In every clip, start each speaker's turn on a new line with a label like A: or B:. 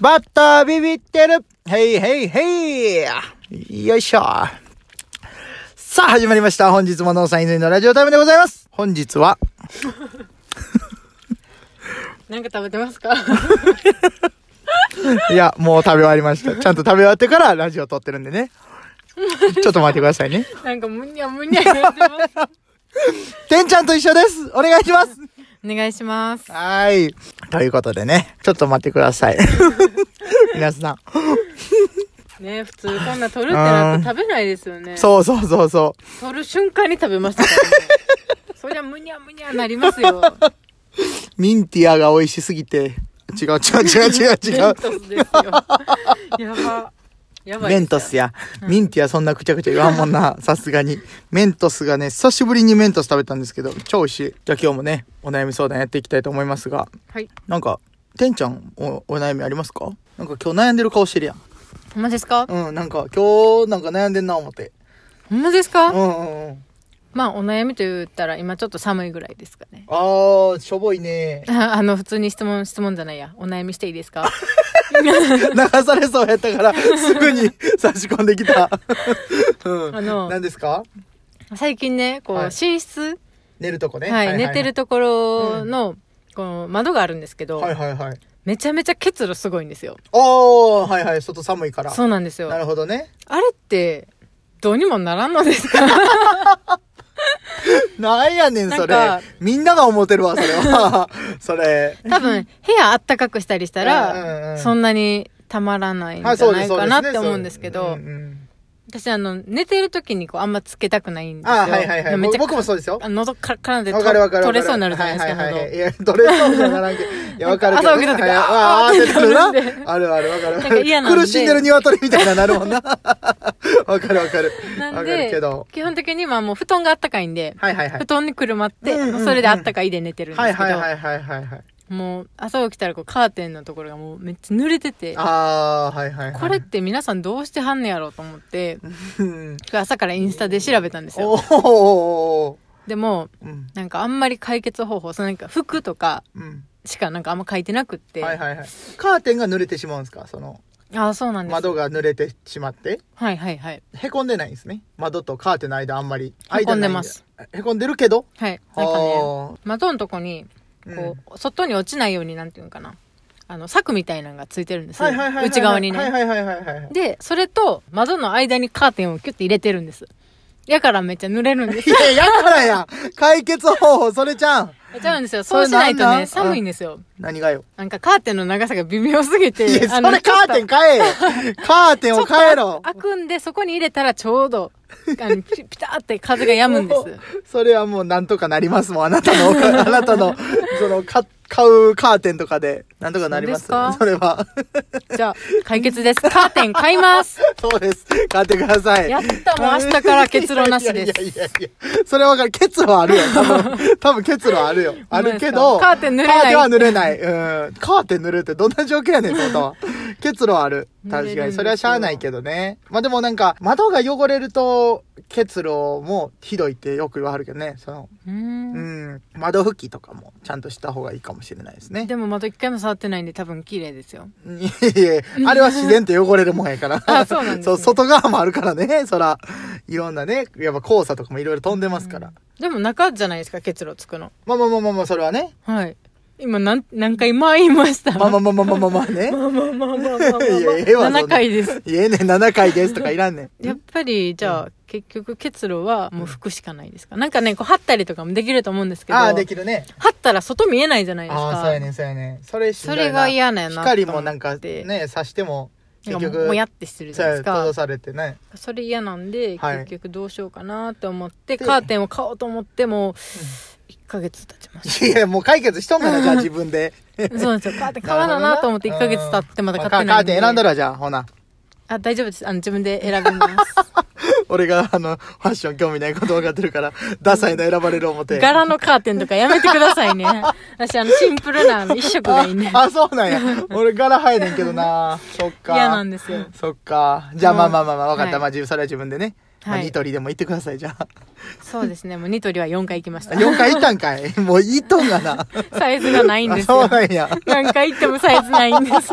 A: バッタービビってるヘイヘイヘイよいしょさあ、始まりました。本日も農産犬のラジオタイムでございます。本日は、
B: なんか食べてますか
A: いや、もう食べ終わりました。ちゃんと食べ終わってからラジオ撮ってるんでね。ちょっと待ってくださいね。
B: なんかむにゃむにゃ言ってます。
A: てんちゃんと一緒ですお願いします
B: お願いします。
A: はーい。ということでね、ちょっと待ってください。皆さん。
B: ね普通こんな取るってなって食べないですよね。
A: そうそうそうそ
B: 取る瞬間に食べましたからね。そりゃむにゃむにゃなります よ。
A: う。ミンティアが美味しすぎて。違う違う違う違う違
B: メ
A: う
B: ン。トスですよ。 やば。やばいですよ
A: メントス。や。ミンティアそんなくちゃくちゃ言わんもん な。さすがに。メントスがね、久しぶりにメントス食べたんですけど、超美味しい。じゃあ今日もね、お悩み相談やっていきたいと思いますが、
B: はい。
A: なんか、てんちゃんお、お悩みありますかなんか今日悩んでる顔してるやん。
B: ほんまですか
A: うん、なんか今日なんか悩んでんな思って。
B: ほんまです
A: うんう
B: か
A: んうん。
B: まあお悩みと言ったら今ちょっと寒いぐらいですかね。。
A: あー、しょぼいね
B: あの、普通に質問、質問じゃないや。お悩みしていいです か
A: 流されそうやったから、すぐ に差し込んできた。うん。
B: あの
A: 何ですか
B: 最近ね、こう、
A: はい
B: 寝室
A: 寝るとこね。
B: はい、寝てる。ところの、この窓があるんですけど、
A: はいはいはい。
B: めちゃめちゃ結露すごいんですよ。
A: おー、はいはい、外寒いから。
B: そうなんですよ。
A: なるほどね。
B: あれって、どうにもならんのですか
A: なんやねん、それ
B: なんか。
A: みんなが思ってるわ、それ は。それ。
B: 多分、部屋あったかくしたりした
A: うんうんう
B: ら、
A: ん
B: そんなにたまらないんじゃないかなって思うんですけ
A: そう
B: ど
A: ね、そううん
B: 私あの、寝てる時にこう、あんまつけたくない
A: う
B: ん
A: ん
B: ですよ。
A: あーはいはいはい。
B: めっち
A: 僕
B: ゃ
A: 僕もそうですよ。
B: あ喉からからで
A: わかるわかるわかる。
B: 取れそうになるじゃないですか、
A: はいはいはい
B: 喉
A: いや、取れそうにはならんけど。いや、わかるけど。
B: 朝起きた時
A: はい
B: あー
A: あー、あーってなる
B: ってなるん
A: な。あるある、わかる。
B: なんか嫌なんで
A: 苦しんでる鶏みたいななるも んな。わかるわかる。
B: な
A: わかる
B: んで
A: けど。、
B: 基本的にはもう布団があったかいんで、
A: はいはいは
B: 布
A: い。
B: 団にくるまって、
A: うんうんうん
B: もうそれであったかいで寝てるんで
A: はい
B: すけ
A: はい
B: ど、
A: はいはいはいはい。
B: もう朝起きたらこうカーテンのところがもうめっちゃ濡れてて、
A: あー、はいはいはい。
B: これって皆さんどうしてはんねやろうと思って、
A: うん。
B: 朝からインスタで調べたんです
A: お
B: よ。
A: ー。
B: でも、
A: うん。
B: なんかあんまり解決方法、そのなんか服とか
A: うん。
B: しかなんかあんま書いてなくって、
A: はいはいはい。カーテンが濡れてしまうんですかその、
B: ああ、そうなんです。
A: 窓が濡れてしまって。
B: はいはいはい。
A: へこんでないんですね。窓とカーテンの間あんまり。
B: へこんでます
A: 間ないんで。へこんでるけど。
B: はい。なんかね、
A: あー
B: 窓のとこに、こう、外に落ちないようになんていうのかな、あの、柵みたいなのがついてるんですよ。
A: はいはいはいはいはい
B: 内側にね。
A: はいはいはいはいはい。
B: で、それと窓の間にカーテンをキュッて入れてるんです。やからめっちゃ濡れるんです
A: い。や、やからや解決方 法、それじゃん
B: ちゃうんですよ。そうしないと
A: それなんな
B: ね、
A: ん
B: 寒いんですよ。
A: 何がよ。
B: なんかカーテンの長さが微妙すぎて。
A: いや、そ
B: あの
A: れカーテン変え カーテ
B: ち
A: ン
B: ょ
A: を
B: っと
A: 変えろ
B: 開くんで、そこに入れたらちょうど、あのピピターって風が止むんです。
A: それはもうなんとかなりますもん。あなたの、あなたの、その、か買うカーテンとかで、なんとかなります
B: そうですか
A: それは。
B: じゃあ、解決です。カーテン買います。
A: そうです。買ってください。
B: やったもう明日から結論なしです
A: いやいやいやいや。それはわかる。結論あるよ。多分、多分結論あるよ。あるけど。
B: カーテン濡れない
A: カーテンは濡れない。うん。カーテン濡れるってどんな状況やねん、そんなは。結論ある。
B: 濡れる
A: 確
B: ん
A: か
B: です
A: に。
B: よ
A: それはしゃあないけどね。まあでもなんか、窓が汚れると、結露もひどいってよく言わはるけどね。その、
B: うー。
A: うんん。窓拭きとかもちゃんとした方がいいかもしれないですね。
B: でも窓一回も触ってないんで多分綺麗ですよ。
A: いえいえ、あれは自然って汚れるもんやから。
B: あそうなんです
A: そ
B: ね
A: う、外側もあるからね、そら。いろんなね、やっぱ黄砂とかもいろいろ飛んでますから。
B: でも中じゃないですか、結露つくの。
A: まあまあまあまあまあ、それはね。
B: はい。今何、何回回りました
A: まあまあまあまあまあまあまあ ね。
B: まあまあまあまあまあまあまあ
A: いやええわそんな
B: 7回です。
A: いえね、7回ですとかいらんねん。
B: やっぱり、じゃあ、結局結露はもう服しかないですか。なんかね、こう貼ったりとかもできると思うんですけど、
A: ああ、で
B: 貼
A: きるね。
B: ったら外見えないじゃないです
A: ああ、
B: か。
A: そうやねん、そうやねん。それしんどいな
B: それが嫌なんやなと思って
A: 光もなんかね、差しても、
B: な
A: 結
B: んかも
A: 局、
B: うもやってしてるじ
A: そ
B: ゃ
A: う
B: ない
A: や
B: です
A: 閉
B: か
A: ざ。されてね。
B: それ嫌なんで、
A: はい
B: 結局どうしようかなって思って、
A: で
B: カーテンを買おうと思っても、1ヶ月経ちまし
A: いや、もう解決しとんかな、じゃあ自分 で。
B: た。そうなんですよ。カーテン買わななと思って1ヶ月経ってまだ買ってないんで。
A: カーテン選んだら、じゃあ、ほな。
B: あ、大丈夫です。あの、自分で選び ます。
A: 俺が、あの、ファッション興味ないこと分かってるから、ダサいの選ばれる思って。
B: 柄のカーテンとかやめてくださいね。 私、あの、シンプルなあの一色がいいね。
A: あ、あそうなんや。俺柄入れんけどな。そっか。
B: 嫌なんですよ。
A: そっか。じゃあ、
B: うん
A: まあまあまあまあ、分かった。
B: はい
A: まあ、自分それは自分でね。まあ
B: はい
A: ニトリでも行ってください、じゃあ。
B: そうですねもうニトリは4回行きました
A: 4回行ったんかいもう行っとんがな。
B: サイズがないんです
A: あそ
B: よ
A: うなんや。
B: 何回行ってもサイズないん です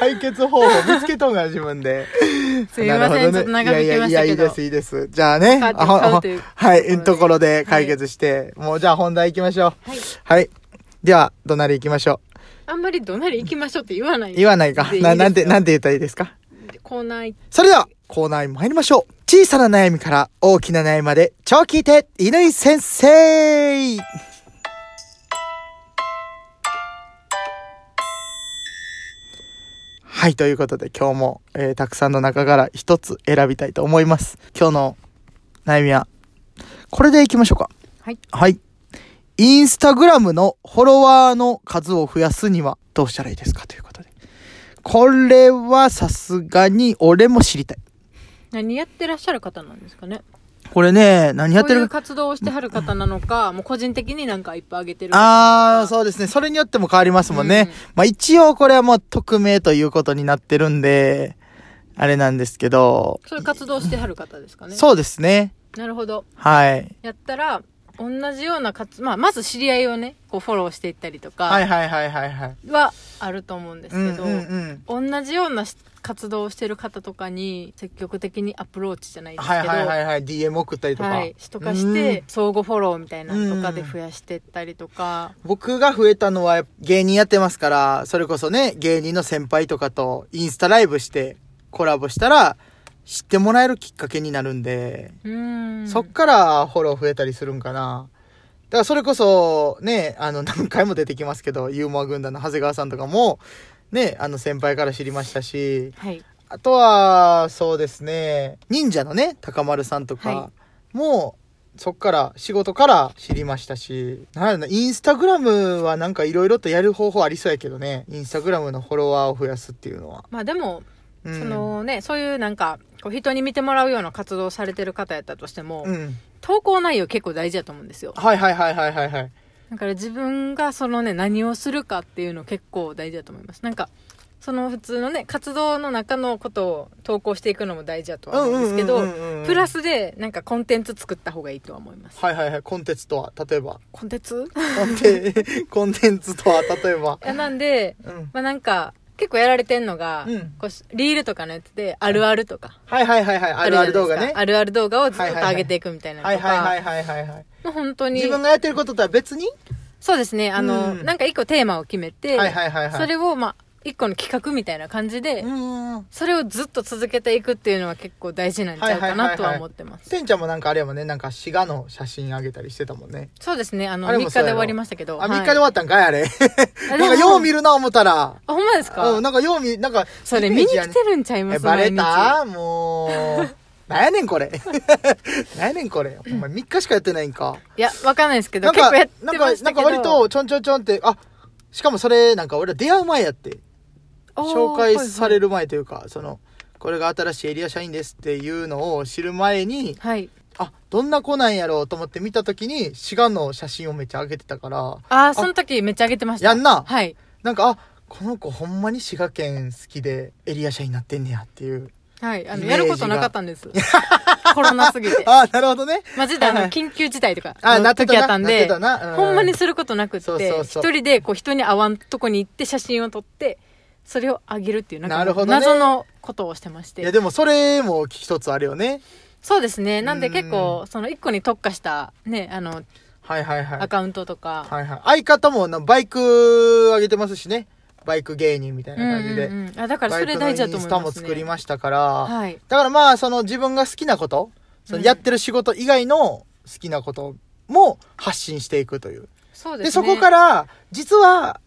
A: 解決方法見つけとんがな、自分で。
B: すいま
A: な
B: せ
A: るほどね
B: ん、ちょっと長引きま
A: い
B: し
A: や
B: た
A: いやいや、い
B: け
A: いで
B: ど
A: す、。いいです。じゃあね。
B: 買って
A: あほ
B: 買うという
A: はい、と
B: と
A: こ
B: こ
A: ろ
B: ろ
A: で
B: で
A: 解決して、もうじゃあ本題行きましょう。
B: はい
A: はい。では、どなり行きましょ
B: あんまりどなり行きましょうって言わな
A: う。
B: い。
A: 言わないか。な、なんて、なん
B: て。
A: て言ったらいいですか
B: コーナー行っ
A: それでは、コーナーに参りましょう。小さな悩みから大きな悩みまで、超聞いて、犬井先生はい、ということで今日も、えーたくさんの中から一つ選びたいと思います。今日の悩みは、これでいきましょうか。
B: はい。
A: はい。インスタグラムのフォロワーの数を増やすにはどうしたらいいですかということで。これはさすがに俺も知りたい。
B: 何やってらっしゃる方なんですかね。
A: これね、何やって
B: こういう
A: る
B: 活動をしてはる方なのか、もう個人的になんかいっぱいあげてる
A: ああ、
B: う。
A: そうですね。それによっても変わりますもんね。
B: うん
A: まあ一応これはもう匿名ということになってるんで、あれなんですけど、
B: そういう活動をしてはる方ですかね。
A: そうですね。
B: なるほど。
A: はい。
B: やったら、同じような活、まあ、まず知り合いをね、こうフォローしていったりと
A: はい
B: か、
A: はいはいはいはい。
B: はあると思うんです
A: うんう
B: け
A: ん
B: ど、
A: うん。
B: 同じようなし活動をしてる方とかに積極的にアプローチじゃないですけ
A: は
B: ど、
A: いはいはいはい。DM 送ったりとか。
B: はい、しとかして相互フォローみたいなのとかで増やしてったりとか、
A: 僕が増えたのは芸人やってますから、それこそね、芸人の先輩とかとインスタライブしてコラボしたら、知ってもらえるきっかけになるんで、
B: うーん
A: そっからフォロー増えたりするんかな。だからそれこそ、ね、あの、 何回も出てきますけど、ユーモア軍団の長谷川さんとかも、ね、あの先輩から知りましたし、
B: はい
A: あとは、そうですね、忍者のね、高丸さんとか
B: は
A: も、そっから、仕事から知りましたし、なんやろな、インスタグラムはなんかいろいろとやる方法ありそうやけどね、インスタグラムのフォロワーを増やすっていうのは。
B: まあでも、
A: うん
B: そ、のねそういうなんかこう人に見てもらうような活動をされてる方やったとしても、
A: うん。
B: 投稿内容結構大事だと思うんですよ
A: はいはいはいはいはいはい。
B: だから自分がそのね何をするかっていうの結構大事だと思いますなんかその普通のね活動の中のことを投稿していくのも大事だとは思うんですけど、プラ
A: ス。
B: スでなんかコンテンツ作った方がいいとは思います
A: はいはいはい、コンテンツとは、例えば。
B: コンテンツ
A: コンテ ンコンテンツとは、例えば。
B: いやなんで
A: うん。
B: まあなんか、結構やられてんのが、
A: うん
B: こうリールとかのやつで、あるあるとか。
A: はいはいはいはい、あるある動画ね。
B: あるある動画をずっ
A: はい
B: と
A: はいはい
B: 上げていくみたいな
A: は
B: の
A: い
B: とか。
A: はいはいはいはいはい。
B: もう本当に
A: 自、分がやってることとは別に
B: そうですね、あの、
A: うん
B: なんか一個テーマを決めて、
A: はいはいはいはい。
B: それをまあ、一個の企画みたいな感じで、
A: うん。
B: それをずっと続けていくっていうのは結構大事なんちゃうかなとは思ってます。
A: てんちゃんもなんかあれやもんね、なんか滋賀の写真あげたりしてたもんね。
B: そうですね、あの、
A: あれ
B: 3
A: も
B: 日
A: そう
B: で
A: やろ
B: 終わりましたけど。
A: あ、3日で
B: はい
A: 終わったんかいあれ。
B: あ
A: なんか
B: でも
A: よう見るな思ったら。
B: あ、ほんまですか、
A: うん、なんかよう見、なんか、
B: それ
A: イ
B: 見
A: メ
B: に
A: ージや
B: 来
A: ね
B: てるんちゃいま
A: え、
B: す
A: バレ
B: 毎日
A: たもう、なんやねんこれ。 なんやねんこれ。お前3日しかやってないんか。
B: いや、わかんないですけど、
A: なん
B: 結
A: か
B: 構やって、ま
A: なん
B: したけど
A: か、なんか割とちょんちょんちょんって、あ、しかもそれなんか俺ら出会う前やって。紹介され
B: る。
A: る前というか、その、これが新しいエリア社員ですっていうのを知る前に、
B: はい。
A: あ、どんな子なんやろうと思って見た時に、滋賀の写真をめっちゃ上げてたから、
B: ああ、その時めっちゃ上げてました。
A: やんな
B: はい。
A: なんか、あ、この子ほんまに滋賀県好きでエリア社になってんねやっていう。
B: はい。あ
A: イメー
B: の、
A: ジが
B: やることなかったんです。コロナすぎて。
A: あ、なるほどね。
B: マジであ
A: は
B: の
A: い、はい
B: 緊急事態とか、
A: あ、なって
B: 時
A: た
B: やっ
A: な。
B: たん
A: なって
B: で、
A: たな。う
B: ほんまにすることなくっ
A: そうそう
B: て、
A: そ
B: 一
A: う
B: 人でこう人に会わんとこに行って写真を撮って、それをあげるっていう、なん
A: なるほ
B: か
A: どね
B: 謎のことをしてまし
A: いや、
B: て。
A: でもそれも一つあるよね。
B: そうですね。なんで
A: うん
B: 結構、その一個に特化した、ね、あの、
A: はいはいはい
B: ア。カウントとか、
A: はいはい。相方もなバイク上げてますしね。バイク芸人みたい
B: うん
A: な感じで。
B: うんうんあだから
A: バイ
B: そ
A: ク
B: れ
A: のイ
B: 大
A: ン
B: 事だと思
A: ス
B: い
A: タ
B: ま
A: も
B: す
A: 作り
B: ね。
A: ましたから、
B: はい。
A: だからまあ、その自分が好きなこと、その
B: うん
A: やってる仕事以外の好きなことも発信していくという。
B: そう
A: で、
B: ですね。
A: そこから、実は、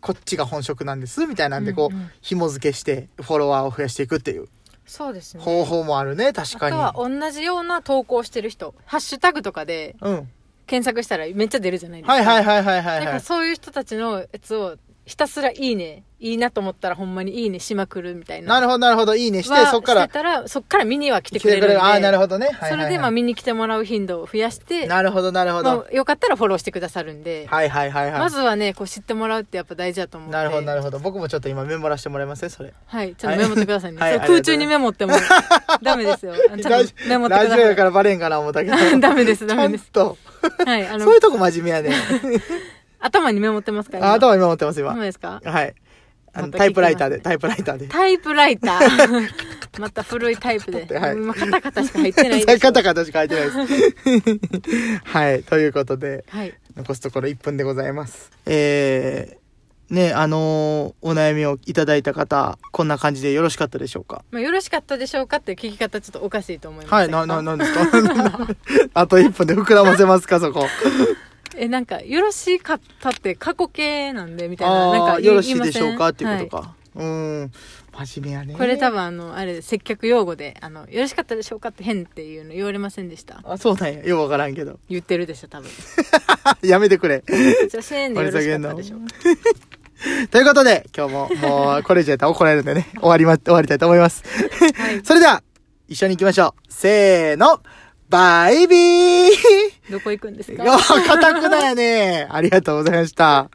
A: こっちが本職なんです、みたいなんで、こう、
B: うんうん
A: 紐付けして、フォロワーを増やしていくっていう
B: そうですね。
A: 方法もあるね、確か
B: あ
A: に
B: と。は同じような投稿してる人、ハッシュタグとかで
A: うん。
B: 検索したらめっちゃ出るじゃないですか。
A: はいはいはいはいはい
B: なん
A: は
B: か
A: い。
B: そういう人たちのやつをひたすらいいね、いいなと思ったらほんまにいいねしまくるみたいな。
A: なるほど、なるほど。いいねして、
B: は
A: そっか
B: し
A: ら
B: て、たら、そっから見には来て
A: 来
B: くれ
A: てく
B: るん
A: れ
B: で。
A: る。ああ、なるほどね。はい
B: そ
A: はいはい
B: れで、まあ、見に来てもらう頻度を増やして、
A: なるほど、なるほど
B: ま。あ、よかったらフォローしてくださるんで、
A: はいはいはいはい。
B: まずはね、こう知ってもらうってやっぱ大事だと思うんで。
A: なるほど、なるほど。僕もちょっと今メモらせてもらえますね、それ。
B: はい、ちょっとメモってくださいね。
A: はい
B: そう
A: はい
B: 空中にメモってもダメですよ。あのちゃんとメモって
A: ラ
B: く
A: ジ
B: だ
A: オや
B: さ
A: からバレんかな思ったけど。
B: い。 ダメです、ダメです。
A: ちゃんと。
B: はい、あの
A: そうい、うとこ真面目やね。
B: 頭にメモってますから。
A: あ、頭今持ってます、今
B: ダ。メですか
A: はい。あの、
B: また聞きますね
A: タイプライターで、タイプライターで。
B: タイプライタ ー。また古いタイプで。
A: はい
B: 今、カタカタしか入ってない で
A: 最
B: す。
A: カタカタしか書いてないです。はい。ということで、
B: はい。
A: 残すところ1分でございます。えー、ね、あのーお悩みをいただいた方、こんな感じでよろしかったでしょうか
B: まあ、よろしかったでしょうかっていう聞き方ちょっとおかしいと思います。
A: はい、な、な、なんですか あと1分で膨らませますか、そこ。
B: え、なんか、よろしかったって過去形なんで、みたいな。なん
A: あ
B: か
A: あ、
B: 言い
A: よろしいでしょうかって
B: 言
A: い
B: ませ
A: うんことか。うーん。真面目やね。
B: はいこれ多分、あの、あれ、接客用語で、あの、よろしかったでしょうかって変っていうの言われませんでした。
A: あ、そうなんや。ようわからんけど。
B: 言ってるでしょ、多分。
A: あやめてくれ。
B: じゃあ、1000円でよろしかったでしょうか。
A: ということで、今日も、もう、これ以上やったら怒られるんで ね、終わりま、終わりたいと思います。
B: はい。
A: それでは、一緒に行きましょう。せーの、バイビー
B: どこ行くんです
A: よ
B: か
A: う、かたくなやね。ありがとうございました。